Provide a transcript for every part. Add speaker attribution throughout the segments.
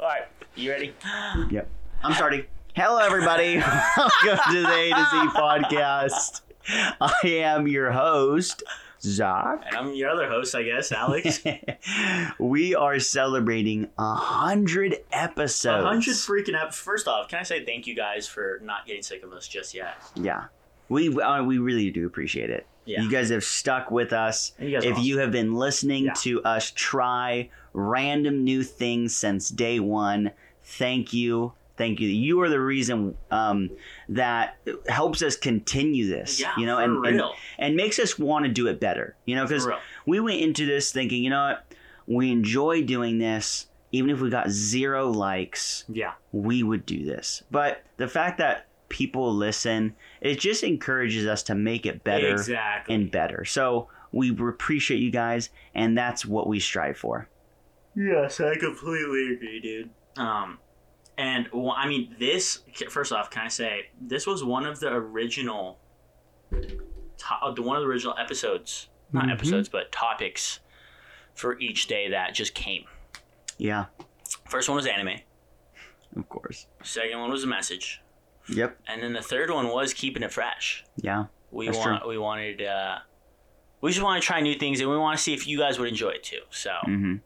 Speaker 1: All right, you ready?
Speaker 2: Yep. I'm starting. Hello, everybody. Welcome to the A to Z podcast. I am your host, Zach.
Speaker 1: And I'm your other host, I guess, Alex.
Speaker 2: we are celebrating a hundred
Speaker 1: A
Speaker 2: episodes.
Speaker 1: hundred freaking up. First off, can I say thank you guys for not getting sick of us just yet?
Speaker 2: Yeah, we uh, we really do appreciate it.
Speaker 1: Yeah.
Speaker 2: You guys have stuck with us.
Speaker 1: And you guys are
Speaker 2: if
Speaker 1: awesome.
Speaker 2: you have been listening
Speaker 1: Yeah.
Speaker 2: to us try random new things since day one, thank you. Thank you. You are the reason um, that helps us continue this.
Speaker 1: yeah,
Speaker 2: you know,
Speaker 1: for
Speaker 2: and, and
Speaker 1: real,
Speaker 2: and makes us want to do it better. You know, because
Speaker 1: for real.
Speaker 2: we went into this thinking, you know what, we enjoy doing this. Even if we got zero likes,
Speaker 1: Yeah,
Speaker 2: we would do this. But the fact that people listen, it just encourages us to make it better
Speaker 1: exactly.
Speaker 2: and better. So we appreciate you guys, and that's what we strive for.
Speaker 1: Yes, I completely agree, dude. Um, and well, I mean, this first off, can I say this was one of the original, to- uh, the one of the original episodes, not
Speaker 2: Mhm.
Speaker 1: episodes, but topics for each day that just came.
Speaker 2: Yeah,
Speaker 1: First one was anime.
Speaker 2: of course.
Speaker 1: Second one was a message,
Speaker 2: Yep.
Speaker 1: and then the third one was keeping it fresh.
Speaker 2: Yeah.
Speaker 1: We
Speaker 2: That's
Speaker 1: want, we wanted, uh, we just want to try new things, and we want to see if you guys would enjoy it too. So,
Speaker 2: hmm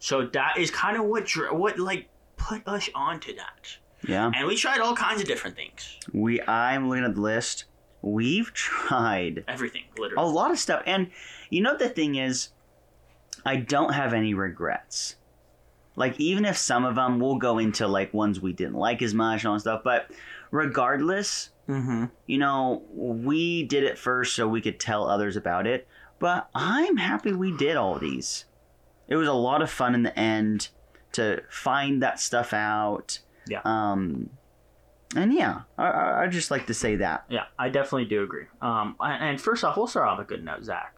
Speaker 1: so that is kind of what dr- what like put us onto that.
Speaker 2: Yeah.
Speaker 1: And we tried all kinds of different things.
Speaker 2: We. I'm looking at the list. We've tried
Speaker 1: Everything,
Speaker 2: a
Speaker 1: literally.
Speaker 2: lot of stuff, and you know the thing is, I don't have any regrets. Like even if some of them we'll go into like ones we didn't like as much and all that stuff, but regardless,
Speaker 1: Mm-hmm.
Speaker 2: you know, we did it first so we could tell others about it, but I'm happy we did all these. It was a lot of fun in the end to find that stuff out.
Speaker 1: Yeah.
Speaker 2: Um, and yeah, I- I, I just like to say that.
Speaker 1: Yeah, I definitely do agree. Um, and and first off, we'll start off with a good note, Zach.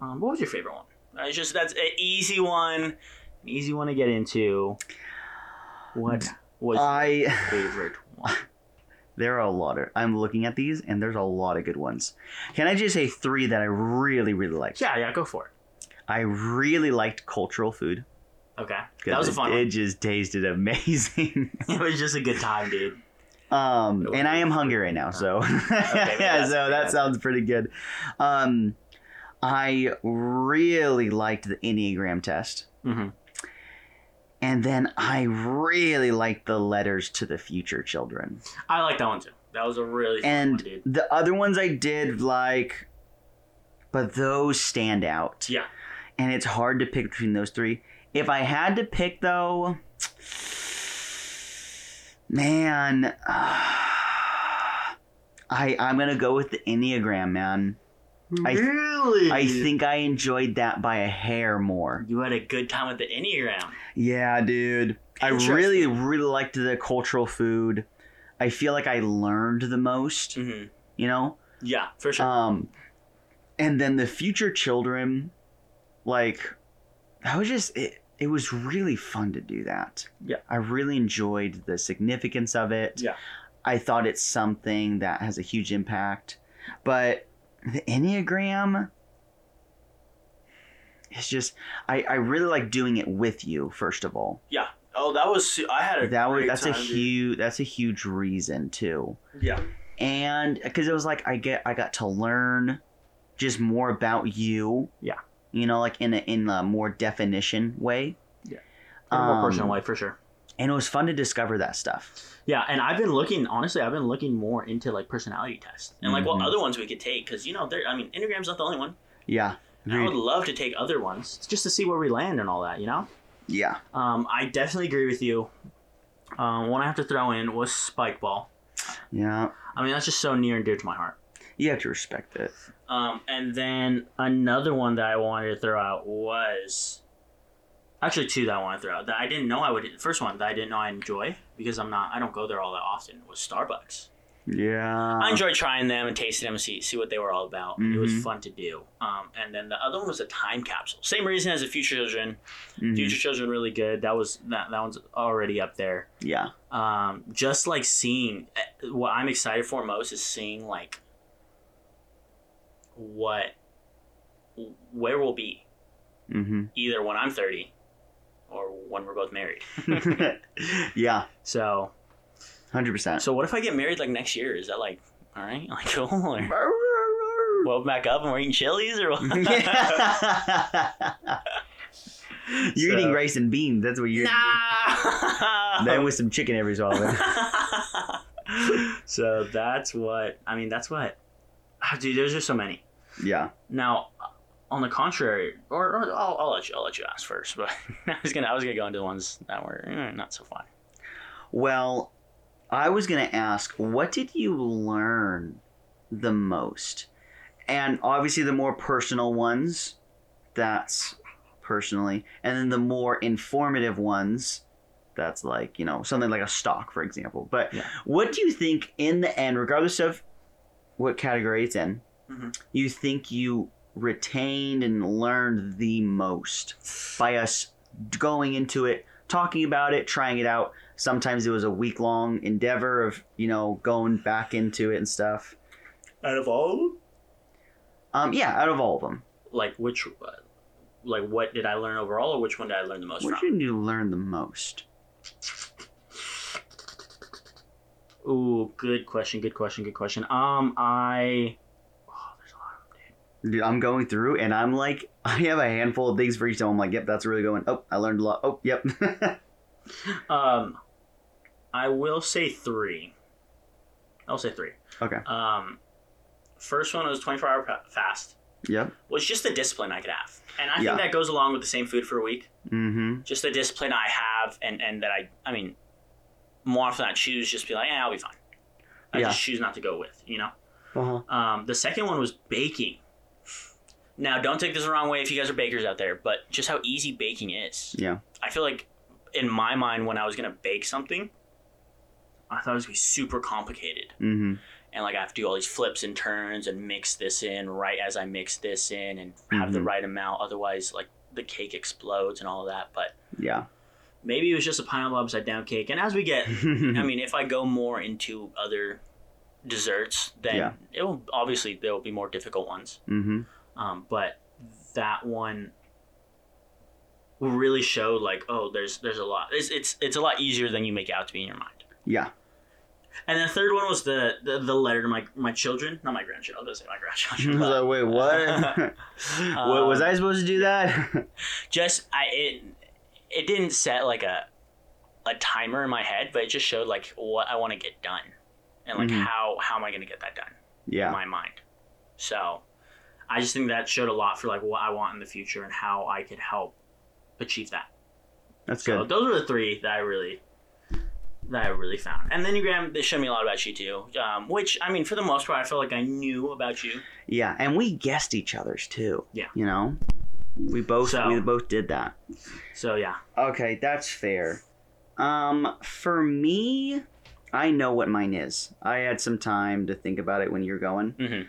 Speaker 1: Um, what was your favorite one? Uh, It's just that's an easy one, an easy one to get into. What was
Speaker 2: I
Speaker 1: your favorite one?
Speaker 2: there are a lot of I'm looking at these and there's a lot of good ones. Can I just say three that I really really liked?
Speaker 1: Yeah, yeah, go for
Speaker 2: I really liked cultural food.
Speaker 1: it. Okay,
Speaker 2: 'cause
Speaker 1: that was a
Speaker 2: it-
Speaker 1: fun
Speaker 2: It,
Speaker 1: one.
Speaker 2: just tasted amazing.
Speaker 1: It was just a good time, dude.
Speaker 2: Um,
Speaker 1: No
Speaker 2: and I am
Speaker 1: worries.
Speaker 2: hungry right now, so
Speaker 1: maybe
Speaker 2: yeah,
Speaker 1: that's-
Speaker 2: so that
Speaker 1: yeah.
Speaker 2: sounds pretty good. Um, I really liked the Enneagram test,
Speaker 1: Mm-hmm.
Speaker 2: and then I really liked the letters to the future children.
Speaker 1: I like that one too. That was a really fun one,
Speaker 2: And
Speaker 1: dude.
Speaker 2: the other ones I did like, but those stand out,
Speaker 1: Yeah,
Speaker 2: and it's hard to pick between those three. If I had to pick, though, man, I I'm gonna go with the Enneagram, man. I-
Speaker 1: really.
Speaker 2: I think I enjoyed that by a hair more.
Speaker 1: you had a good time with the enneagram.
Speaker 2: Yeah, dude. I
Speaker 1: Interesting.
Speaker 2: really, really liked the cultural food. I feel like I learned the most,
Speaker 1: Mm-hmm.
Speaker 2: you know?
Speaker 1: Yeah, for sure.
Speaker 2: Um and then the future children, like I was just it, it was really fun to do that.
Speaker 1: Yeah.
Speaker 2: I really enjoyed the significance of it.
Speaker 1: Yeah.
Speaker 2: I thought it's something that has a huge impact. But the Enneagram it's just I, I really like doing it with you, first of all.
Speaker 1: Oh, that was su- I had a
Speaker 2: That was
Speaker 1: great
Speaker 2: that's a
Speaker 1: time, dude.
Speaker 2: huge that's a huge reason too
Speaker 1: yeah
Speaker 2: and because it was like I get I got to learn just more about you.
Speaker 1: Yeah.
Speaker 2: You know, like in a in a more definition way.
Speaker 1: Yeah.
Speaker 2: Um,
Speaker 1: more personal life for sure.
Speaker 2: And it was fun to discover that stuff.
Speaker 1: Yeah, and I've been looking honestly. I've been looking more into like personality tests and like
Speaker 2: Mhm.
Speaker 1: what other ones we could take because you know there. I mean, Enneagram's not the only one.
Speaker 2: Yeah.
Speaker 1: And I would love to take other ones just to see where we land and all that. You know,
Speaker 2: Yeah.
Speaker 1: um, I definitely agree with you. Um, one I have to throw in was spike ball.
Speaker 2: Yeah.
Speaker 1: I mean, that's just so near and dear to my heart.
Speaker 2: You have to respect it.
Speaker 1: Um, and then another one that I wanted to throw out was actually two that I want to throw out that I didn't know I would. First one that I didn't know I enjoy because I'm not I don't go there all that often was Starbucks.
Speaker 2: Yeah.
Speaker 1: I enjoyed trying them and tasting them and see see what they were all about. It
Speaker 2: Mhm.
Speaker 1: was fun to do. Um, and then the other one was a time capsule. Same reason as the Future Children.
Speaker 2: Mhm.
Speaker 1: Future Children really good. That was that that one's already up there.
Speaker 2: Yeah.
Speaker 1: Um, just like seeing eh, what I'm excited for most is seeing like what where we'll be
Speaker 2: Mm-hmm.
Speaker 1: either when I'm 30 or when we're both married.
Speaker 2: yeah,
Speaker 1: So,
Speaker 2: hundred percent.
Speaker 1: so what if I get married like next year? Is that like all right? Like cool? Or well, back up and we're eating chilies or what?
Speaker 2: You're
Speaker 1: So-
Speaker 2: eating rice and beans. That's what you're.
Speaker 1: Nah.
Speaker 2: eating. Then with some chicken every so often.
Speaker 1: so that's what I mean. That's what, Ah, dude. There's just so many.
Speaker 2: yeah.
Speaker 1: Now, on the contrary, or, or I'll, I'll let you. I'll let you ask first. But I was gonna. I was gonna go into the ones that were eh, not so fun.
Speaker 2: Well, I was going to ask, what did you learn the most? And obviously, the more personal ones, that's personally. And then the more informative ones, that's like, you know, something like a stock, for example. But
Speaker 1: Yeah.
Speaker 2: what do you think, in the end, regardless of what category it's in,
Speaker 1: Mhm.
Speaker 2: you think you retained and learned the most by us going into it, talking about it, trying it out? sometimes it was a week long endeavor of you know going back into it and stuff
Speaker 1: Out of all of them,
Speaker 2: um yeah out of all of them
Speaker 1: like which, uh, like what did I learn overall, or which one did I learn the most
Speaker 2: what
Speaker 1: from?
Speaker 2: did you learn the most
Speaker 1: Ooh, good question. Good question. Good question. Um, I. Oh, there's a lot of them, dude.
Speaker 2: Dude, i'm going through and i'm like i have a handful of things for each one i'm like yep that's really going oh i learned a lot oh yep
Speaker 1: Um, I will say three. I'll say three.
Speaker 2: Okay.
Speaker 1: Um, first one was 24 hour pa- fast
Speaker 2: yep
Speaker 1: was just the discipline I could have, and I
Speaker 2: Yeah.
Speaker 1: think that goes along with the same food for a week.
Speaker 2: mm-hmm
Speaker 1: Just the discipline I have, and and that I, I mean, more often than I choose just be like, eh, I'll be fine. I
Speaker 2: Yeah.
Speaker 1: just choose not to go with, you know.
Speaker 2: uh-huh
Speaker 1: Um, the second one was baking. Now, don't take this the wrong way if you guys are bakers out there, but just how easy baking is.
Speaker 2: Yeah.
Speaker 1: I feel like in my mind, when I was going to bake something, I thought it was going to be super complicated.
Speaker 2: mm-hmm
Speaker 1: And like, I have to do all these flips and turns and mix this in right as I mix this in and have the
Speaker 2: Mhm.
Speaker 1: right amount. Otherwise, like, the cake explodes and all of that. But
Speaker 2: yeah
Speaker 1: maybe it was just a pineapple upside down cake. And as we get
Speaker 2: Mm-hmm.
Speaker 1: I mean, if I go more into other desserts, then
Speaker 2: Yeah.
Speaker 1: it will obviously there will be more difficult ones.
Speaker 2: mm-hmm
Speaker 1: Um, but that one will really show like, oh, there's there's a lot. It's it's it's a lot easier than you make it out to be in your mind.
Speaker 2: yeah
Speaker 1: And then the third one was the the, the letter to my my children, not my grandchildren. I was gonna say
Speaker 2: I
Speaker 1: my
Speaker 2: was
Speaker 1: grandchildren.
Speaker 2: like, wait what what was
Speaker 1: Um,
Speaker 2: i supposed to do that
Speaker 1: but just I it it didn't set like a a timer in my head, but it just showed like what I want to get done and like
Speaker 2: Mhm.
Speaker 1: how how am I gonna get that done. in
Speaker 2: yeah
Speaker 1: my mind. So I just think that showed a lot for like what I want in the future and how I could help achieve that.
Speaker 2: that's
Speaker 1: So
Speaker 2: good
Speaker 1: those are the three that I really that I really found. And then you Graham, they showed me a lot about you too. Um, which I mean for the most part I felt like I knew about you.
Speaker 2: yeah and we guessed each other's too
Speaker 1: Yeah.
Speaker 2: you know we both
Speaker 1: So-
Speaker 2: we both did that
Speaker 1: So yeah.
Speaker 2: Okay, that's fair. Um, for me, I know what mine is. I had some time to think about it when you're going.
Speaker 1: Mhm.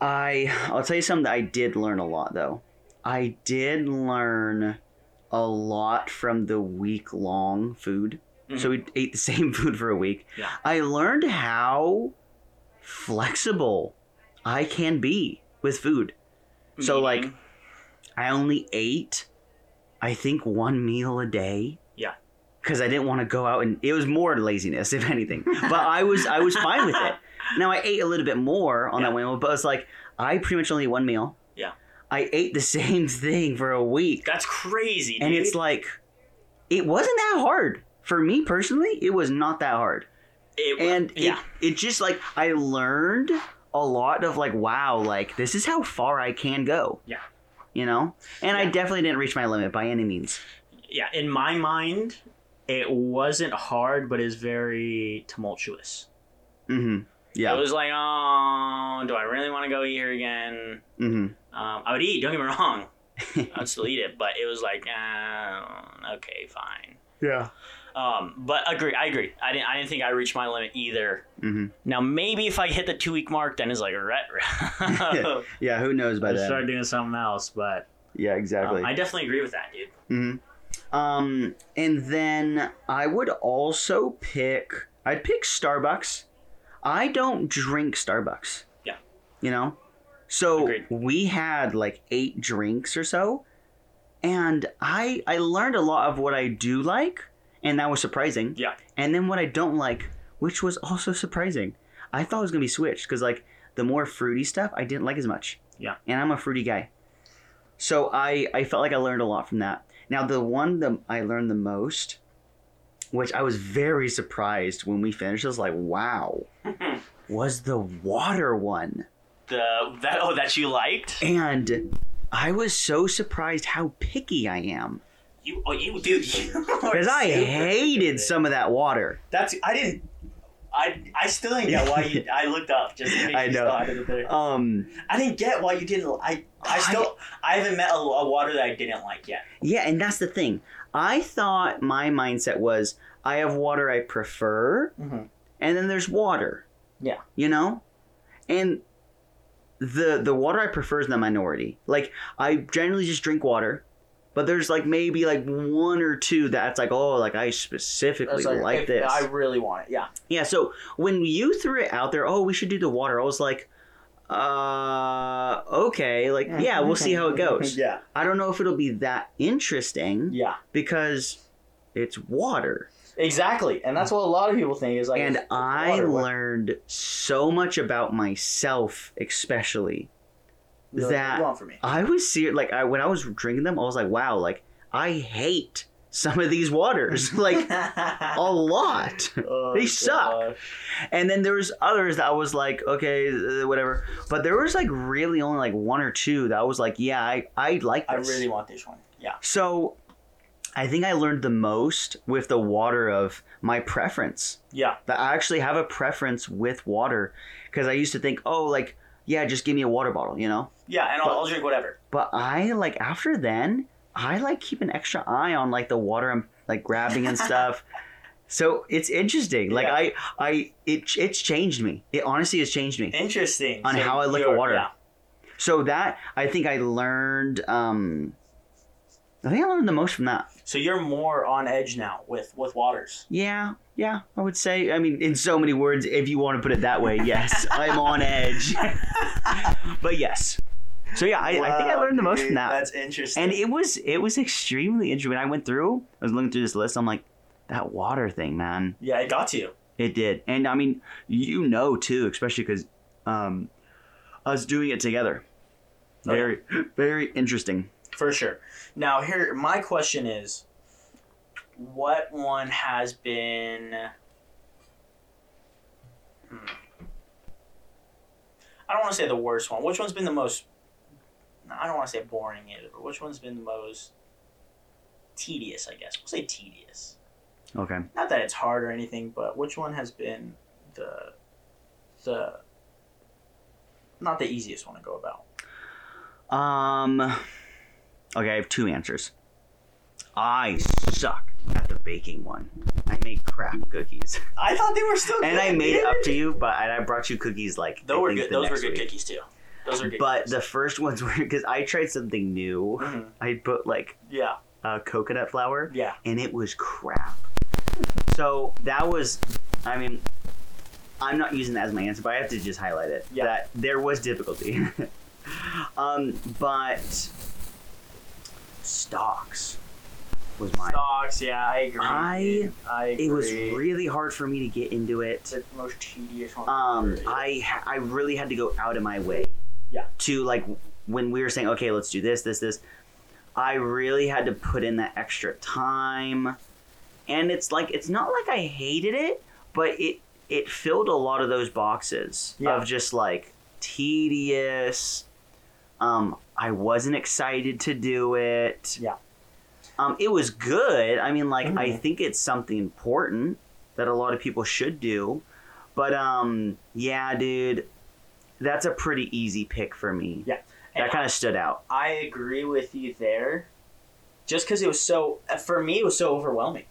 Speaker 2: I I'll tell you something that I did learn a lot though. I did learn a lot from the week long food. So we ate the same food for a week.
Speaker 1: Yeah.
Speaker 2: I learned how flexible I can be with food. So, like-
Speaker 1: Meeting.
Speaker 2: I only ate, I think, one meal a day.
Speaker 1: Yeah.
Speaker 2: Because I didn't want to go out and it was more laziness, if anything. But I was I was fine with it. Now I ate a little bit more on
Speaker 1: Yeah.
Speaker 2: that one, but it's like I pretty much only ate one meal.
Speaker 1: Yeah.
Speaker 2: I ate the same thing for a week,
Speaker 1: That's crazy.
Speaker 2: and
Speaker 1: dude.
Speaker 2: it's like, it wasn't that hard for me personally. It was not that hard
Speaker 1: It-
Speaker 2: and it-
Speaker 1: yeah.
Speaker 2: it, just like I learned a lot of like wow like this is how far I can go
Speaker 1: Yeah.
Speaker 2: you know and I
Speaker 1: Yeah.
Speaker 2: definitely didn't reach my limit by any means
Speaker 1: yeah, in my mind, it wasn't hard, but it's very tumultuous.
Speaker 2: mm-hmm yeah
Speaker 1: It was like, oh, do I really want to go eat here again?
Speaker 2: mm-hmm
Speaker 1: Um, I would eat. Don't get me wrong. I would still eat it, but it was like, uh, okay, fine.
Speaker 2: yeah
Speaker 1: Um, but agree, I agree. I didn't. I didn't think I reached my limit either.
Speaker 2: mm-hmm
Speaker 1: Now maybe if I hit the two week mark, then it's like, right. right.
Speaker 2: yeah who knows by
Speaker 1: I
Speaker 2: then
Speaker 1: start doing something else, but
Speaker 2: yeah exactly
Speaker 1: um, I definitely agree with that, dude.
Speaker 2: hmm Um, and then I would also pick. I'd pick Starbucks. I don't drink Starbucks.
Speaker 1: Yeah.
Speaker 2: You know, so
Speaker 1: Agreed.
Speaker 2: we had like eight drinks or so, and I I learned a lot of what I do like, and that was surprising.
Speaker 3: Yeah.
Speaker 2: And then what I don't like, which was also surprising. I thought it was gonna be switched because like the more fruity stuff I didn't like as much.
Speaker 3: Yeah.
Speaker 2: And I'm a fruity guy, so I I felt like I learned a lot from that. Now the one that I learned the most, which I was very surprised when we finished, I was like, wow, was the water one.
Speaker 3: the that oh that you liked.
Speaker 2: And I was so surprised how picky I am
Speaker 3: You oh you dude you
Speaker 2: because I hated some of that water.
Speaker 1: That's I didn't. I I still didn't get why you. I looked up just in case
Speaker 2: I
Speaker 1: you
Speaker 2: know.
Speaker 1: started it there.
Speaker 2: Um,
Speaker 1: I didn't get why you didn't. I I
Speaker 2: I-
Speaker 1: still I haven't met a, a water that I didn't like yet.
Speaker 2: yeah, and that's the thing. I thought my mindset was I have water I prefer,
Speaker 1: Mhm.
Speaker 2: and then there's water.
Speaker 1: Yeah.
Speaker 2: you know, and the the water I prefer is the minority. Like I generally just drink water. But there's like maybe like one or two that's like oh like I specifically like,
Speaker 1: if
Speaker 2: this.
Speaker 1: I really want it. Yeah.
Speaker 2: Yeah, so when you threw it out there, oh, we should do the water, I was like, uh, okay, like, yeah, we'll see how it goes.
Speaker 1: yeah.
Speaker 2: I don't know if it'll be that interesting
Speaker 1: Yeah.
Speaker 2: because it's water.
Speaker 1: Exactly, and that's what a lot of people think is like.
Speaker 2: And
Speaker 1: it's
Speaker 2: I
Speaker 1: water. What-
Speaker 2: learned so much about myself, especially.
Speaker 1: no,
Speaker 2: that-
Speaker 1: you want for me.
Speaker 2: I was serious, like, I, when I was drinking them, I was like, wow, like, I hate some of these waters, like, a lot.
Speaker 1: Oh,
Speaker 2: they suck.
Speaker 1: gosh.
Speaker 2: And then there was others that I was like, okay, uh, whatever. But there was like really only like one or two that I was like, yeah, I, I like
Speaker 1: I
Speaker 2: this.
Speaker 1: really want this one. Yeah.
Speaker 2: So I think I learned the most with the water of my preference.
Speaker 1: Yeah.
Speaker 2: That I actually have a preference with water because I used to think, oh, like, yeah, just give me a water bottle, you know?
Speaker 1: Yeah, and I'll,
Speaker 2: But-
Speaker 1: I'll drink whatever.
Speaker 2: But I like after then, I like keep an extra eye on like the water I'm like grabbing and stuff. So it's interesting. Like
Speaker 1: Yeah.
Speaker 2: I, I, it, it's changed me. It honestly has changed me.
Speaker 1: Interesting.
Speaker 2: On
Speaker 1: So
Speaker 2: how I look at
Speaker 1: you're-
Speaker 2: water.
Speaker 1: yeah.
Speaker 2: So that I think I learned. Um, I think I learned the most from that.
Speaker 1: So you're more on edge now with with waters.
Speaker 2: Yeah, yeah, I would say. I mean, in so many words, if you want to put it that way, yes, I'm on edge. but yes. So yeah, I, I think I
Speaker 1: Wow,
Speaker 2: learned the most
Speaker 1: dude,
Speaker 2: from that.
Speaker 1: That's interesting.
Speaker 2: and e- it was it was extremely interesting. When I went through, I was looking through this list. I'm like, that water thing, man.
Speaker 1: yeah, it got to you.
Speaker 2: It did, and I mean, you know too, especially because um, us doing it together.
Speaker 1: Oh, yeah.
Speaker 2: Very, very interesting.
Speaker 1: For sure. Now, here, my question is what one has been. Hmm. I don't want to say the worst one. Which one's been the most. I don't want to say boring either, but which one's been the most tedious, I guess? We'll say tedious.
Speaker 2: Okay.
Speaker 1: Not that it's hard or anything, but which one has been the. the. Not the easiest one to go about.
Speaker 2: Um. Okay, I have two answers. I suck at the baking one. I made crap cookies,
Speaker 1: I thought they were still
Speaker 2: and I
Speaker 1: good,
Speaker 2: made it
Speaker 1: dude.
Speaker 2: up to you, but and I brought you cookies like I
Speaker 1: Those were
Speaker 2: think
Speaker 1: good.
Speaker 2: the
Speaker 1: Those were
Speaker 2: next
Speaker 1: good
Speaker 2: week.
Speaker 1: cookies too. Those were good.
Speaker 2: But
Speaker 1: cookies.
Speaker 2: the first ones were because I tried something new.
Speaker 1: Mhm.
Speaker 2: I put like
Speaker 1: yeah,
Speaker 2: uh, coconut flour,
Speaker 1: yeah,
Speaker 2: and it was crap. So that was, I mean, I'm not using that as my answer, but I have to just highlight it
Speaker 1: Yeah.
Speaker 2: that there was difficulty. um, but stocks was mine.
Speaker 1: stocks. Yeah, I agree.
Speaker 2: I-
Speaker 1: I agree.
Speaker 2: It was really hard for me to get into it.
Speaker 1: the most tedious one.
Speaker 2: Um, I ha- I really had to go out of my way.
Speaker 1: Yeah.
Speaker 2: To like when we were saying, okay, let's do this, this, this. I really had to put in that extra time, and it's like it's not like I hated it, but it it filled a lot of those boxes
Speaker 1: Yeah.
Speaker 2: of just like tedious. Um, I wasn't excited to do it.
Speaker 1: Yeah.
Speaker 2: Um, it was good. I mean, like I
Speaker 1: Mhm.
Speaker 2: think it's something important that a lot of people should do. But um, yeah, dude, that's a pretty easy pick for me. That kind of stood out.
Speaker 1: I agree with you there. Just because it was so, for me, it was so overwhelming.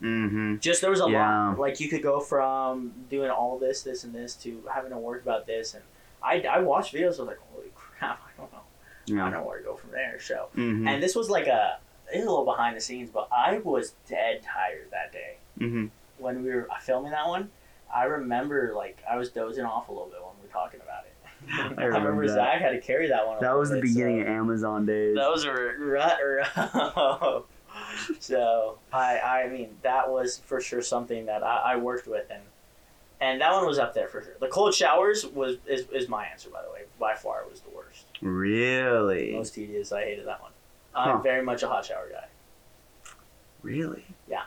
Speaker 2: Mm-hmm.
Speaker 1: Just there was a
Speaker 2: Yeah.
Speaker 1: lot. Like you could go from doing all this, this, and this to having to worry about this. And I, I watched videos. I was like, holy crap! I don't know. I don't
Speaker 2: Yeah.
Speaker 1: know where to go from there. So.
Speaker 2: Mm-hmm.
Speaker 1: And this was like a, it was a little behind the scenes, but I was dead tired that day
Speaker 2: mm-hmm.
Speaker 1: uh, when we were filming that one. I remember like I was dozing off a little bit when we were talking about it.
Speaker 2: I
Speaker 1: I remember,
Speaker 2: remember that.
Speaker 1: Zach had to carry that one. a
Speaker 2: That
Speaker 1: little
Speaker 2: was the
Speaker 1: bit,
Speaker 2: beginning
Speaker 1: so-
Speaker 2: of Amazon days.
Speaker 1: Those were rough. so I I mean that was for sure something that I, I worked with and and that one was up there for sure. The cold showers was is, is my answer by the way. By far it was the worst.
Speaker 2: Really?
Speaker 1: Most tedious. I hated that one. I'm
Speaker 2: Huh.
Speaker 1: very much a hot shower guy.
Speaker 2: Really?
Speaker 1: Yeah.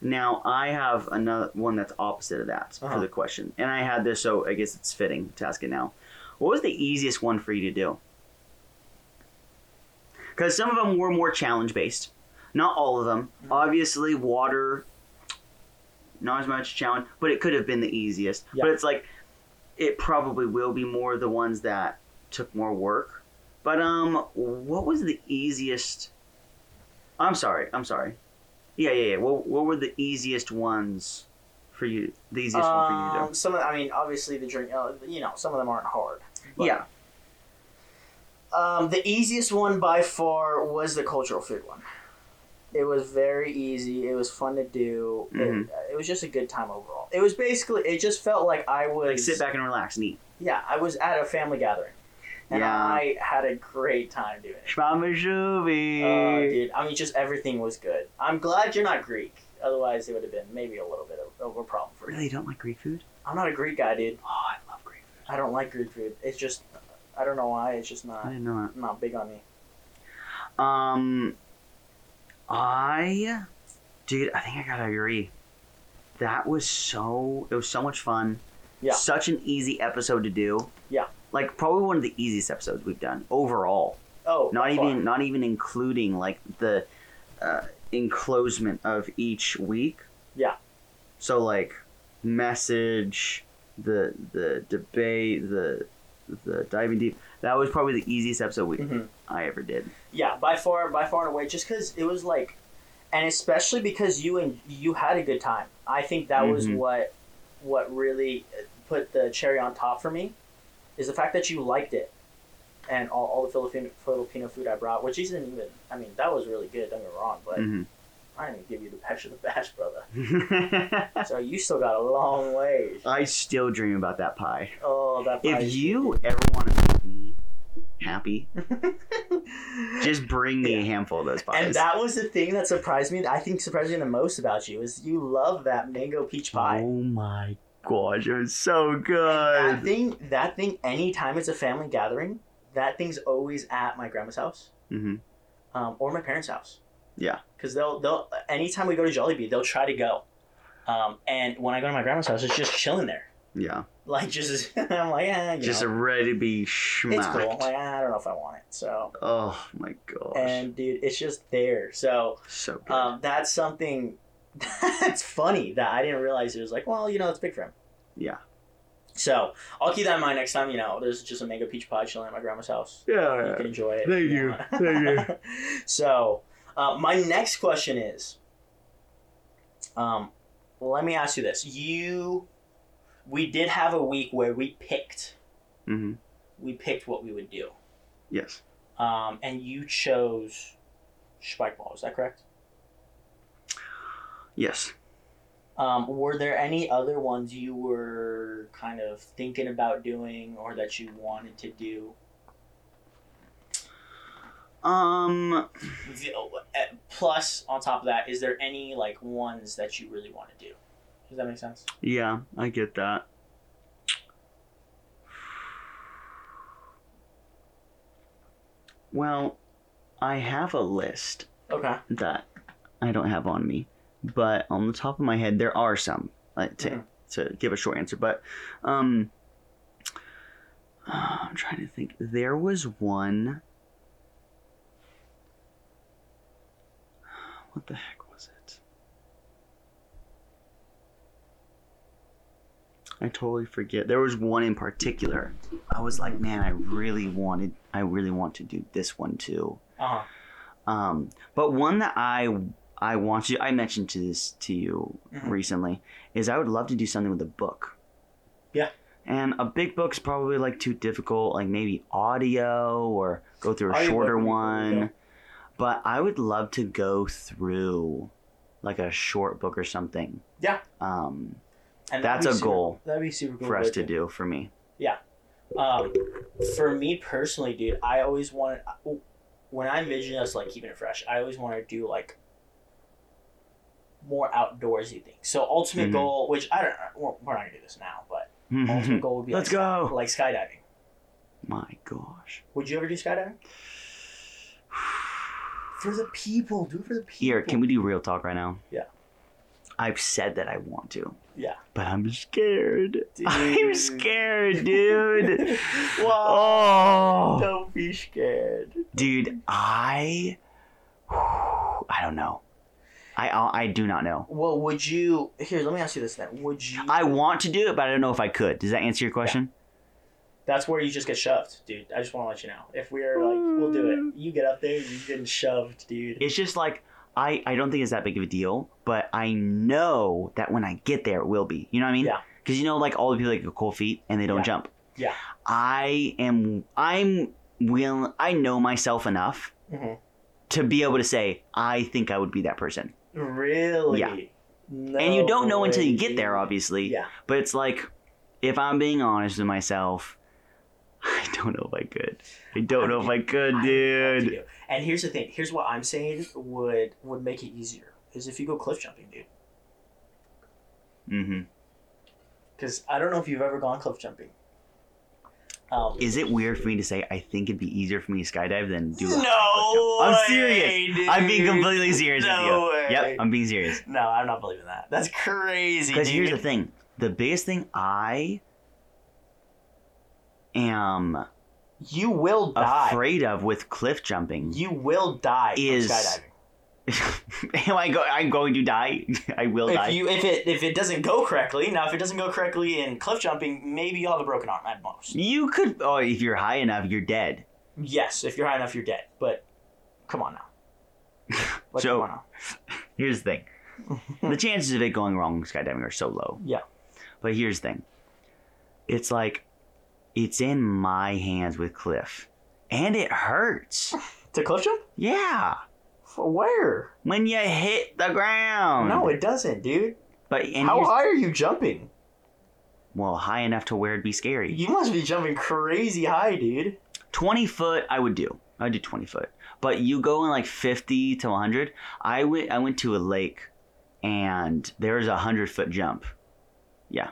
Speaker 2: Now I have another one that's opposite of that
Speaker 1: Uh-huh.
Speaker 2: for the question, and I had this, so I guess it's fitting to ask it now. What was the easiest one for you to do? Because some of them were more challenge based, not all of them.
Speaker 1: Mhm.
Speaker 2: Obviously, water, not as much challenge, but it could have been the easiest.
Speaker 1: Yeah.
Speaker 2: But it's like it probably will be more of the ones that took more work. But um, what was the easiest? I'm sorry. I'm sorry. Yeah, yeah, yeah. What, what were the easiest ones for you? The easiest one for you to
Speaker 1: Um, some of the, I mean obviously the drink uh, you know some of them aren't hard.
Speaker 2: do? Yeah.
Speaker 1: Um, the easiest one by far was the cultural food one. It was very easy. It was fun to do.
Speaker 2: Mhm.
Speaker 1: It, it was just a good time overall. It was basically. It just felt like I was.
Speaker 2: Like sit back and relax and eat.
Speaker 1: Yeah, I was at a family gathering, and
Speaker 2: Yeah.
Speaker 1: I had a great time doing it. Oh,
Speaker 2: Shmamajubi.
Speaker 1: dude, I mean, just everything was good. I'm glad you're not Greek. Otherwise, it would have been maybe a little bit of, of a problem for you.
Speaker 2: really, you don't like Greek food?
Speaker 1: I'm not a Greek guy, dude.
Speaker 2: Oh, I love Greek food.
Speaker 1: I don't like Greek food. It's just, I don't know why. It's just
Speaker 2: I
Speaker 1: not
Speaker 2: didn't know
Speaker 1: not big on me.
Speaker 2: that. Um, I, dude, I think I gotta agree. That was so. It was so much fun.
Speaker 1: Yeah.
Speaker 2: Such an easy episode to do.
Speaker 1: Yeah.
Speaker 2: Like probably one of the easiest episodes we've done overall.
Speaker 1: Oh,
Speaker 2: not
Speaker 1: by
Speaker 2: even
Speaker 1: far.
Speaker 2: not even including like the uh, enclosement of each week.
Speaker 1: Yeah.
Speaker 2: So like message the the debate the the diving deep. That was probably the easiest episode we
Speaker 1: Mhm.
Speaker 2: I ever did.
Speaker 1: Yeah, by far, by far and away, just because it was like, and especially because you and you had a good time. I think that was
Speaker 2: Mhm.
Speaker 1: what, what really uh, put the cherry on top for me, is the fact that you liked it, and all, all the Filipino Filipino food I brought, which isn't even. I mean, that was really good. Don't get me wrong, but
Speaker 2: Mhm.
Speaker 1: I didn't give you the bash of the bash, brother. so you still got a long way.
Speaker 2: I still dream about that pie.
Speaker 1: Oh, that. pie
Speaker 2: Uh, If
Speaker 1: is
Speaker 2: you ever want to make me happy,
Speaker 1: good.
Speaker 2: just bring me a handful of those pies.
Speaker 1: And that was the thing that surprised me. I think surprised me the most about you is you love that mango peach pie.
Speaker 2: Oh my gosh, it was so
Speaker 1: That
Speaker 2: good.
Speaker 1: thing, that thing. Anytime it's a family gathering, that thing's always at my grandma's house
Speaker 2: hmm
Speaker 1: um, or my parents' house.
Speaker 2: Yeah.
Speaker 1: because they'll they'll anytime we go to Jollibee, they'll try to go. Um, and when I go to my grandma's house, it's just chilling there.
Speaker 2: Yeah.
Speaker 1: Like just I'm like yeah, you
Speaker 2: just
Speaker 1: know,
Speaker 2: ready to be
Speaker 1: it's
Speaker 2: schmacked.
Speaker 1: cool. Like "Ah, I don't know if I want it. So
Speaker 2: Oh my gosh,
Speaker 1: and dude, it's just there. So
Speaker 2: so good.
Speaker 1: Um, that's something that's funny that I didn't realize it was like, well, you know, it's big for him.
Speaker 2: Yeah.
Speaker 1: So I'll keep that in mind next time. You know, there's just a mega peach pie chilling at my grandma's house. You
Speaker 2: yeah,
Speaker 1: can enjoy it.
Speaker 2: Thank
Speaker 1: if
Speaker 2: you.
Speaker 1: want.
Speaker 2: Thank
Speaker 1: so uh, my next question is, um, let me ask you this: You, we did have a week where we picked,
Speaker 2: hmm
Speaker 1: we picked what we would do,
Speaker 2: yes,
Speaker 1: um, and you chose spike ball. Is that correct?
Speaker 2: yes.
Speaker 1: Um, were there any other ones you were kind of thinking about doing or that you wanted to do?
Speaker 2: Um,
Speaker 1: The- uh, Plus, on top of that, is there any like ones that you really want to do? Does that make sense?
Speaker 2: yeah, I get that. Well, I have a list
Speaker 1: Okay.
Speaker 2: that I don't have on me, but on the top of my head, there are some. Like to
Speaker 1: Mhm.
Speaker 2: to give a short answer, but um, I'm trying to think. There was one. What the heck was it? I totally forget. There was one in particular. I was like, man, I really wanted. I really want to do this one too.
Speaker 1: Uh huh.
Speaker 2: Um, but one that I I want to I mentioned to this to you
Speaker 1: Mhm.
Speaker 2: recently is I would love to do something with a book.
Speaker 1: Yeah.
Speaker 2: And a big book's probably like too difficult, like maybe audio or go through a
Speaker 1: Audiobook
Speaker 2: shorter
Speaker 1: would be cool,
Speaker 2: one.
Speaker 1: yeah.
Speaker 2: But I would love to go through like a short book or something.
Speaker 1: Yeah.
Speaker 2: Um,
Speaker 1: And that'd
Speaker 2: That's
Speaker 1: be
Speaker 2: a
Speaker 1: super-
Speaker 2: goal
Speaker 1: That'd be super cool
Speaker 2: for us to
Speaker 1: do.
Speaker 2: do for me.
Speaker 1: Um, for me personally, dude, I always wanted when I envision us like keeping it fresh. I always want to do like more outdoorsy things. So ultimate
Speaker 2: Mhm.
Speaker 1: goal, which I don't, we're, we're not gonna do this now, but ultimate goal would be
Speaker 2: Mm-hmm. Let's
Speaker 1: like,
Speaker 2: go.
Speaker 1: like skydiving.
Speaker 2: My gosh.
Speaker 1: Would you ever do skydiving? For the people, do it for the people.
Speaker 2: Here, can we do real talk right now?
Speaker 1: Yeah.
Speaker 2: I've said that I want to.
Speaker 1: Yeah.
Speaker 2: But I'm scared.
Speaker 1: Dude.
Speaker 2: I'm scared, dude.
Speaker 1: well,
Speaker 2: oh.
Speaker 1: don't be scared.
Speaker 2: Dude, I. I don't know. I, I I do not know.
Speaker 1: Well, would you? Here, let me ask you this then. Would you?
Speaker 2: I want to do it, but I don't know if I could. Does that answer your question?
Speaker 1: That's where you just get shoved, dude. I just want to let you know. If we're like, we'll do it. You get up there, you're getting shoved, dude.
Speaker 2: It's just like I I don't think it's that big of a deal, but I know that when I get there, it will be. You know what I mean?
Speaker 1: Yeah.
Speaker 2: Because you know, like all the people that get cold feet and they don't
Speaker 1: Yeah.
Speaker 2: jump.
Speaker 1: Yeah.
Speaker 2: I am. I'm will. I know myself enough
Speaker 1: Mhm.
Speaker 2: Mm-hmm. to be able to say I think I would be that person.
Speaker 1: Really?
Speaker 2: Yeah.
Speaker 1: No
Speaker 2: and you don't know until you
Speaker 1: way,
Speaker 2: get there,
Speaker 1: dude.
Speaker 2: obviously.
Speaker 1: Yeah.
Speaker 2: But it's like, if I'm being honest with myself, I don't know if I could. I don't know if I could,
Speaker 1: have to
Speaker 2: dude.
Speaker 1: do. And here's the thing. Here's what I'm saying would would make it easier is if you go cliff jumping, dude.
Speaker 2: hmm
Speaker 1: Because I don't know if you've ever gone cliff jumping. Um,
Speaker 2: Is it weird for me to say I think it'd be easier for me to skydive than do? a
Speaker 1: no,
Speaker 2: I'm
Speaker 1: way,
Speaker 2: serious.
Speaker 1: Dude.
Speaker 2: I'm being completely serious
Speaker 1: No
Speaker 2: with
Speaker 1: way.
Speaker 2: you. Yep, I'm being serious.
Speaker 1: No, I'm not believing that. That's crazy.
Speaker 2: Because here's the
Speaker 1: dude.
Speaker 2: thing: the biggest thing I am
Speaker 1: you will die.
Speaker 2: afraid of with cliff jumping
Speaker 1: You will die
Speaker 2: Is-
Speaker 1: from skydiving.
Speaker 2: am I go- I'm going to die. I will die.
Speaker 1: If you if it if it doesn't go correctly, now if it doesn't go correctly in cliff jumping, maybe you'll have a broken arm at most.
Speaker 2: You could, oh, if you're high enough, you're dead.
Speaker 1: Yes, if you're high enough, you're dead. But come on now. Like,
Speaker 2: So-
Speaker 1: come on now.
Speaker 2: Here's the thing the chances of it going wrong skydiving are so low.
Speaker 1: Yeah.
Speaker 2: But here's the thing it's like, it's in my hands with Cliff, and it hurts.
Speaker 1: To cliff jump?
Speaker 2: Yeah.
Speaker 1: For where?
Speaker 2: When you hit the ground.
Speaker 1: No, it doesn't, dude.
Speaker 2: But, Oh, and
Speaker 1: How
Speaker 2: here's-
Speaker 1: high are you jumping?
Speaker 2: well, high enough to where it'd be scary.
Speaker 1: You must be jumping crazy high, dude.
Speaker 2: 20 foot I would do. I would do 20 foot. But you go in like 50 to 100. I went I went to a lake and there's a 100 foot jump. Yeah.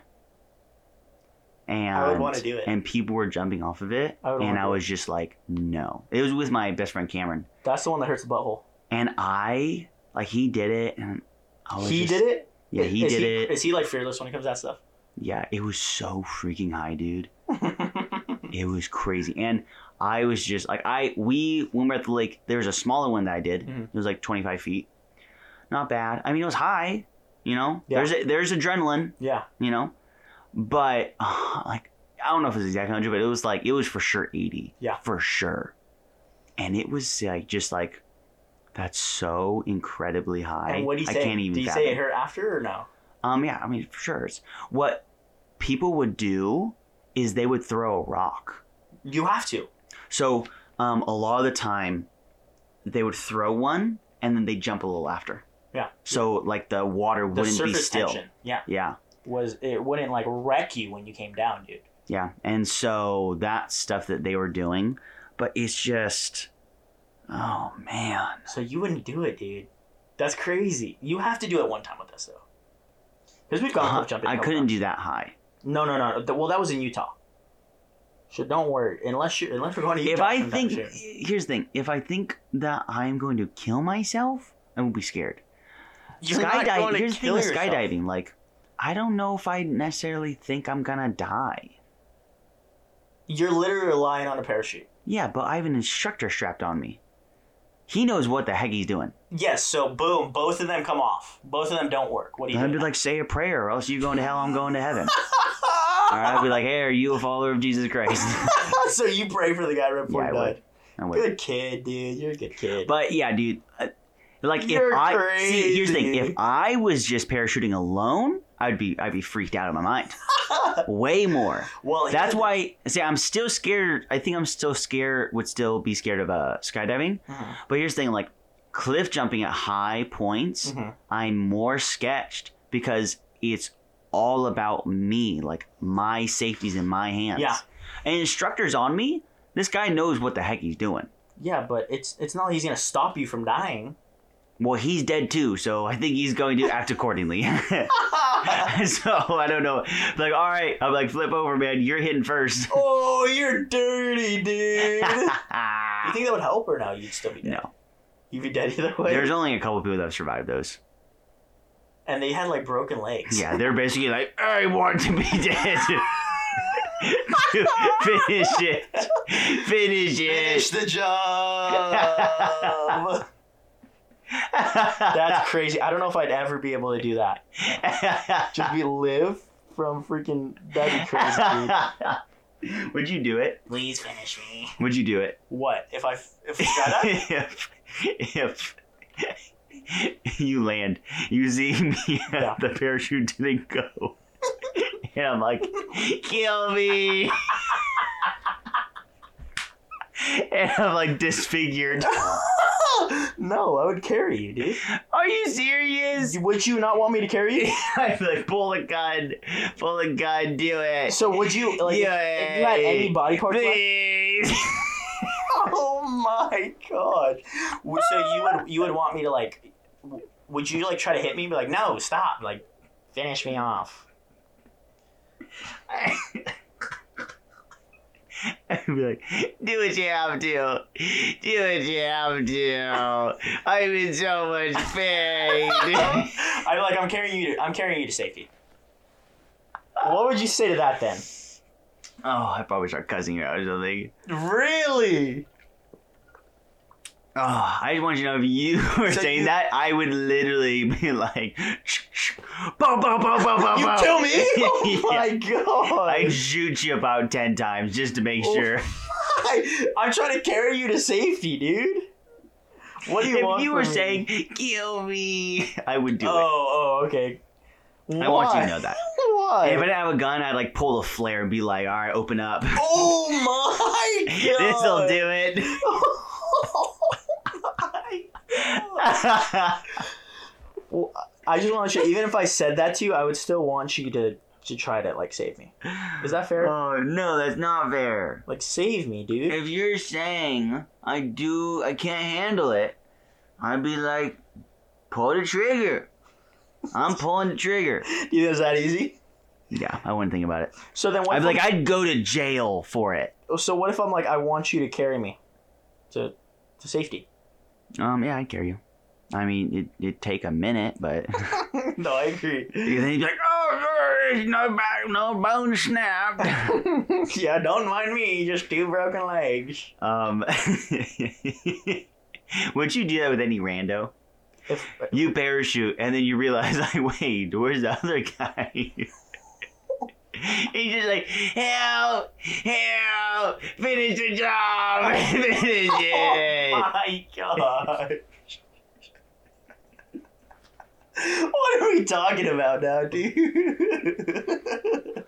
Speaker 2: And
Speaker 1: I would wanna do it.
Speaker 2: And people were jumping off of it
Speaker 1: I would
Speaker 2: and
Speaker 1: wanna
Speaker 2: I
Speaker 1: do it.
Speaker 2: was just like, "No." It was with my best friend Cameron.
Speaker 1: That's the one that hurts the butthole.
Speaker 2: And I like he did it and I was
Speaker 1: He
Speaker 2: Oh, just-
Speaker 1: did it.
Speaker 2: Yeah, he
Speaker 1: Is
Speaker 2: did
Speaker 1: he,
Speaker 2: it.
Speaker 1: Is he like fearless when it comes to that stuff?
Speaker 2: Yeah, it was so freaking high, dude. It was crazy. And I was just like, I, we, when we were at the lake, there was a smaller one that I did.
Speaker 1: Mhm.
Speaker 2: It was like 25 feet. Not bad. I mean, it was high, you know?
Speaker 1: Yeah.
Speaker 2: There's, there's adrenaline,
Speaker 1: yeah.
Speaker 2: you know? But, uh, like, I don't know if it was exactly 100, but it was like, it was for sure 80.
Speaker 1: Yeah.
Speaker 2: For sure. And it was like, just like, that's so incredibly high.
Speaker 1: and what do you
Speaker 2: I
Speaker 1: say?
Speaker 2: can't even
Speaker 1: do you
Speaker 2: fathom.
Speaker 1: say it hurt after or no?
Speaker 2: Um, yeah, I mean, for sure. It's, what people would do is they would throw a rock.
Speaker 1: You have to.
Speaker 2: So, um, a lot of the time, they would throw one and then they jump a little after.
Speaker 1: Yeah.
Speaker 2: So, like the water
Speaker 1: The
Speaker 2: wouldn't be
Speaker 1: surface
Speaker 2: still.
Speaker 1: tension. Yeah.
Speaker 2: Yeah,
Speaker 1: was it wouldn't like wreck you when you came down, dude.
Speaker 2: yeah. And so that's stuff that they were doing, but it's just, oh man.
Speaker 1: So you wouldn't do it, dude. That's crazy. You have to do it one time with us though, because we've gone cliff jumping.
Speaker 2: Uh-huh. Uh, I couldn't do that high.
Speaker 1: No, no, no. Th- Well, that was in Utah. So don't worry. Unless you, unless we're going to Utah.
Speaker 2: if I
Speaker 1: sometime
Speaker 2: think
Speaker 1: soon.
Speaker 2: here's the thing, if I think that I'm going to kill myself, I will be scared.
Speaker 1: You're not going
Speaker 2: skydiving.
Speaker 1: to
Speaker 2: Here's the thing
Speaker 1: kill
Speaker 2: with
Speaker 1: yourself.
Speaker 2: skydiving. Like, I don't know if I necessarily think I'm gonna die.
Speaker 1: you're literally relying on a parachute.
Speaker 2: Yeah, but I have an instructor strapped on me. He knows what the heck he's doing.
Speaker 1: Yes. So boom, both of them come off. Both of them don't work. What do you?
Speaker 2: I'd
Speaker 1: do
Speaker 2: be
Speaker 1: now?
Speaker 2: like, say a prayer, or else you going to hell, I'm going to heaven. or I'd be like, hey, are you a follower of Jesus Christ?
Speaker 1: so you pray for the guy right before
Speaker 2: Yeah,
Speaker 1: he
Speaker 2: I would.
Speaker 1: died.
Speaker 2: I'm like,
Speaker 1: Good kid, dude. You're a good kid.
Speaker 2: but yeah, dude. uh, Like if
Speaker 1: You're
Speaker 2: I see, here's the thing: if
Speaker 1: crazy.
Speaker 2: I was just parachuting alone, I'd be I'd be freaked out of my mind, way more.
Speaker 1: well,
Speaker 2: That's
Speaker 1: here's-
Speaker 2: why see I'm still scared. I think I'm still scared. Would still be scared of uh, skydiving.
Speaker 1: Mhm.
Speaker 2: But here's the thing: like cliff jumping at high points,
Speaker 1: Mhm.
Speaker 2: I'm more sketched because it's all about me. Like my safety's in my hands.
Speaker 1: Yeah.
Speaker 2: An instructor's on me. This guy knows what the heck he's doing.
Speaker 1: Yeah, but it's it's not like he's gonna stop you from dying.
Speaker 2: Well, he's dead too, so I think he's going to act accordingly. so I don't know. Like, all right, I'm like, flip over, man. You're hitting first.
Speaker 1: oh, you're dirty, dude. you
Speaker 2: no,
Speaker 1: think that would help or no? You'd still be dead. You'd be dead either way.
Speaker 2: there's only a couple people that have survived those.
Speaker 1: and they had like broken legs.
Speaker 2: Yeah, they're basically like, I want to be dead. Finish it. Finish
Speaker 1: Finish
Speaker 2: it.
Speaker 1: the job. That's crazy. I don't know if I'd ever be able to do that. Just be live from freaking. That'd be crazy. Dude.
Speaker 2: Would you do it?
Speaker 1: Please finish me.
Speaker 2: Would you do it?
Speaker 1: What if I if I got up?
Speaker 2: if, if you land, you see me
Speaker 1: Yeah.
Speaker 2: the parachute didn't go. and I'm like, kill me. and I'm like disfigured.
Speaker 1: no, I would carry you, dude.
Speaker 2: Are you serious?
Speaker 1: Would you not want me to carry you?
Speaker 2: I'm like, pull a gun, pull a gun, do it.
Speaker 1: So would you like if- if you had any body parts? Left?
Speaker 2: Please.
Speaker 1: Oh my god! Would- So you would you would want me to like? w- Would you like try to hit me? and Be like, no, stop! Like, finish me off.
Speaker 2: I'd be like, do what you have to. Do what you have to. I'm in so much pain.
Speaker 1: I like I'm carrying you. To, I'm carrying you to safety. What would you say to that then?
Speaker 2: oh, I probably start cussing her out or something.
Speaker 1: Really?
Speaker 2: Oh, I just want you to know if you were
Speaker 1: So
Speaker 2: saying
Speaker 1: you-
Speaker 2: that, I would literally be like, shh, shh, bow, bow, bow, bow, bow,
Speaker 1: You
Speaker 2: bow.
Speaker 1: kill me? Oh my
Speaker 2: Yeah.
Speaker 1: god!
Speaker 2: I'd shoot you about 10 times just to make
Speaker 1: Oh,
Speaker 2: sure.
Speaker 1: I, I'm trying to carry you to safety, dude. What do you
Speaker 2: if
Speaker 1: want?
Speaker 2: you were
Speaker 1: from me?
Speaker 2: saying, kill me, I would do it.
Speaker 1: oh, oh, okay.
Speaker 2: I want you to know that.
Speaker 1: Why?
Speaker 2: If I didn't have a gun, I'd like pull a flare and be like, all right, open up.
Speaker 1: Oh my god!
Speaker 2: This'll do it.
Speaker 1: I just want you. Even if I said that to you, I would still want you to to try to like save me. Is that fair?
Speaker 2: oh, no, that's not fair.
Speaker 1: like save me, dude.
Speaker 2: If you're saying I do, I can't handle it, I'd be like, pull the trigger. I'm pulling the trigger.
Speaker 1: You think it's that easy?
Speaker 2: Yeah, I wouldn't think about it.
Speaker 1: So then, what? if
Speaker 2: I'd be like,
Speaker 1: I'm-
Speaker 2: I'd go to jail for it.
Speaker 1: so what if I'm like, I want you to carry me to to safety?
Speaker 2: Um, yeah, I'd carry you. I mean, it, it'd take a minute, but.
Speaker 1: no, I agree.
Speaker 2: And then he's like, oh, there's no, bo- no bone snapped.
Speaker 1: yeah, don't mind me. Just two broken legs.
Speaker 2: um, would you do that with any rando?
Speaker 1: If,
Speaker 2: You parachute, and then you realize, like, wait, where's the other guy? He's just like, help, help, finish the job, finish
Speaker 1: Oh
Speaker 2: it.
Speaker 1: my god. what are we talking about now, dude?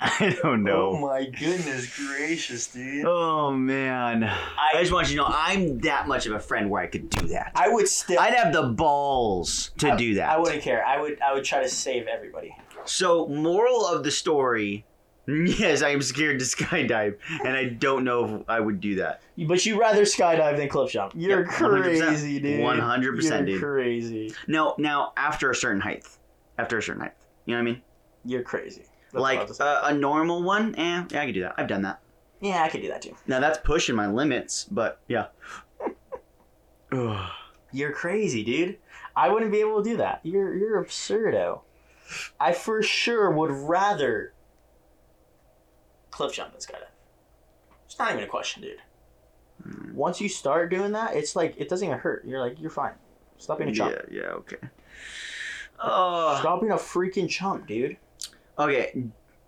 Speaker 2: I don't
Speaker 1: Oh
Speaker 2: know.
Speaker 1: my goodness gracious, dude.
Speaker 2: Oh, man. I
Speaker 1: I
Speaker 2: just want you to know I'm that much of a friend where I could do that.
Speaker 1: I would still
Speaker 2: I'd have the balls to do that.
Speaker 1: I wouldn't care. I would I would try to save everybody.
Speaker 2: So, moral of the story yes, I am scared to skydive, and I don't know if I would do that.
Speaker 1: But you'd rather skydive than clip jump. You're
Speaker 2: Yep, 100%.
Speaker 1: crazy, dude.
Speaker 2: 100%,
Speaker 1: You're
Speaker 2: dude.
Speaker 1: crazy.
Speaker 2: No, now after a certain height. After a certain height. You know what I mean?
Speaker 1: You're crazy. That's all I have to
Speaker 2: like
Speaker 1: say.
Speaker 2: uh, a normal one, eh, yeah, I could do that. I've done that.
Speaker 1: yeah, I could do that too.
Speaker 2: Now that's pushing my limits, but yeah. Ugh.
Speaker 1: You're crazy, dude. I wouldn't be able to do that. You're you're absurdo. I for sure would rather cliff jump than skydive. It's not even a question, dude. Once you start doing that, it's like it doesn't even hurt. You're like you're fine. Stop being a chump.
Speaker 2: yeah, yeah, okay. Oh.
Speaker 1: Stop being a freaking chump, dude.
Speaker 2: Okay,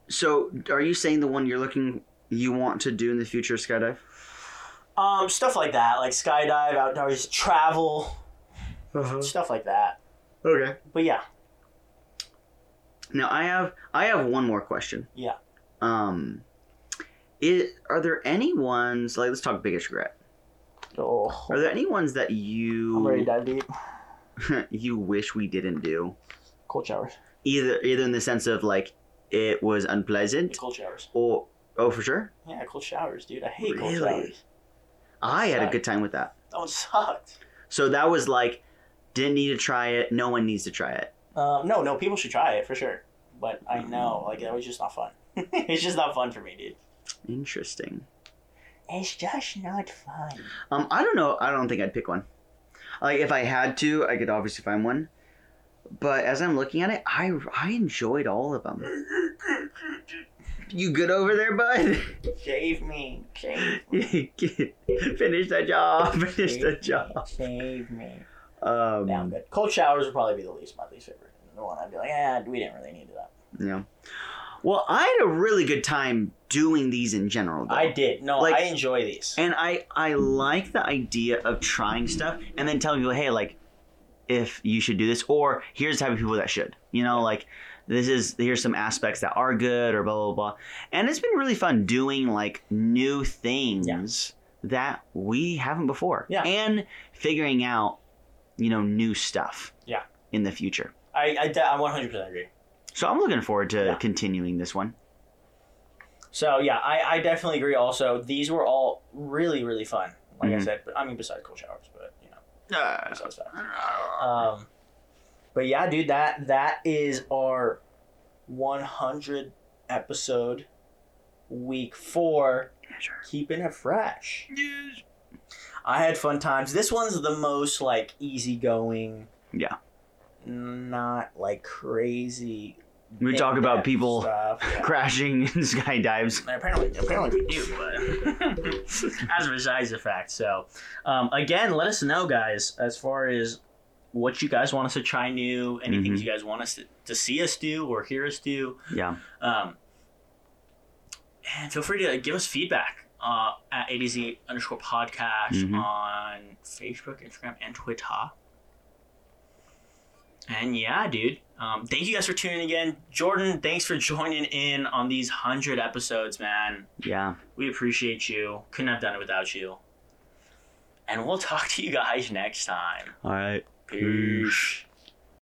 Speaker 2: so are you saying the one you're looking, you want to do in the future is skydive?
Speaker 1: Um, stuff like that, like skydive, outdoors, travel, stuff like that.
Speaker 2: Okay.
Speaker 1: But yeah,
Speaker 2: Now I have I have one more question.
Speaker 1: Yeah.
Speaker 2: Um, it are there any ones like let's talk biggest regret?
Speaker 1: oh,
Speaker 2: Are there any ones that
Speaker 1: I'm ready to
Speaker 2: you
Speaker 1: dive deep.
Speaker 2: you wish we didn't do?
Speaker 1: Cold showers.
Speaker 2: Either either in the sense of like it was
Speaker 1: The
Speaker 2: unpleasant
Speaker 1: cold showers.
Speaker 2: or oh for sure
Speaker 1: Yeah, cold showers, dude. I hate cold
Speaker 2: Really?
Speaker 1: showers.
Speaker 2: i had a
Speaker 1: Sucked.
Speaker 2: good time with that
Speaker 1: That one sucked.
Speaker 2: so that was like didn't need to try it no one needs to try it
Speaker 1: Um, no, no, people should try it for sure. But I know, like, that was just not fun. it's just not fun for me, dude.
Speaker 2: interesting
Speaker 1: It's just not fun.
Speaker 2: um i don't know i don't think i'd pick one like if i had to i could obviously find one but as i'm looking at it i i enjoyed all of them you good over there bud
Speaker 1: Save me. Save me.
Speaker 2: finish the job finish
Speaker 1: Save
Speaker 2: the
Speaker 1: me.
Speaker 2: job
Speaker 1: Save me.
Speaker 2: um
Speaker 1: Yeah, I'm good. Cold showers would probably be the least my least favorite. The one I'd be like, yeah, we didn't really need that.
Speaker 2: Yeah. Well, I had a really good time doing these in general, though.
Speaker 1: I did. No,
Speaker 2: Like-
Speaker 1: I enjoy these.
Speaker 2: and I I like the idea of trying stuff and then telling people, hey, like, if you should do this, or here's the type of people that should. You know, like, this is here's some aspects that are good, or blah blah blah. And it's been really fun doing like new things that we haven't before.
Speaker 1: Yeah.
Speaker 2: And figuring out, you know, new stuff.
Speaker 1: Yeah.
Speaker 2: In the future.
Speaker 1: I, I, de- I 100% agree.
Speaker 2: So I'm looking forward to
Speaker 1: Yeah.
Speaker 2: continuing this one.
Speaker 1: So yeah, I, I definitely agree. Also, these were all really really fun. Like I
Speaker 2: Mhm.
Speaker 1: said, but, I mean besides cool showers, but you know besides that.
Speaker 2: Uh,
Speaker 1: Um, but yeah, dude, that that is our 100 episode week four. Keeping it fresh. I had fun times. This one's the most like easygoing.
Speaker 2: Yeah.
Speaker 1: Not like crazy.
Speaker 2: We talk about
Speaker 1: in-depth
Speaker 2: people
Speaker 1: stuff. Yeah.
Speaker 2: crashing and skydives.
Speaker 1: Apparently, apparently we do.
Speaker 3: do, but as besides the fact. So, um, again, let us know, guys, as far as what you guys want us to try new, anything
Speaker 2: Mhm.
Speaker 3: you guys want us to, to see us do or hear us do.
Speaker 2: Yeah.
Speaker 3: Um, and feel free to give us feedback uh, at ADZ underscore podcast
Speaker 2: Mhm.
Speaker 3: on Facebook, Instagram, and Twitter. And yeah, dude. Um, thank you guys for tuning in again. Jordan, thanks for joining in on these 100 episodes, man.
Speaker 2: Yeah.
Speaker 3: We appreciate you. Couldn't have done it without you. And we'll talk to you guys next time.
Speaker 2: All right.
Speaker 3: Peace.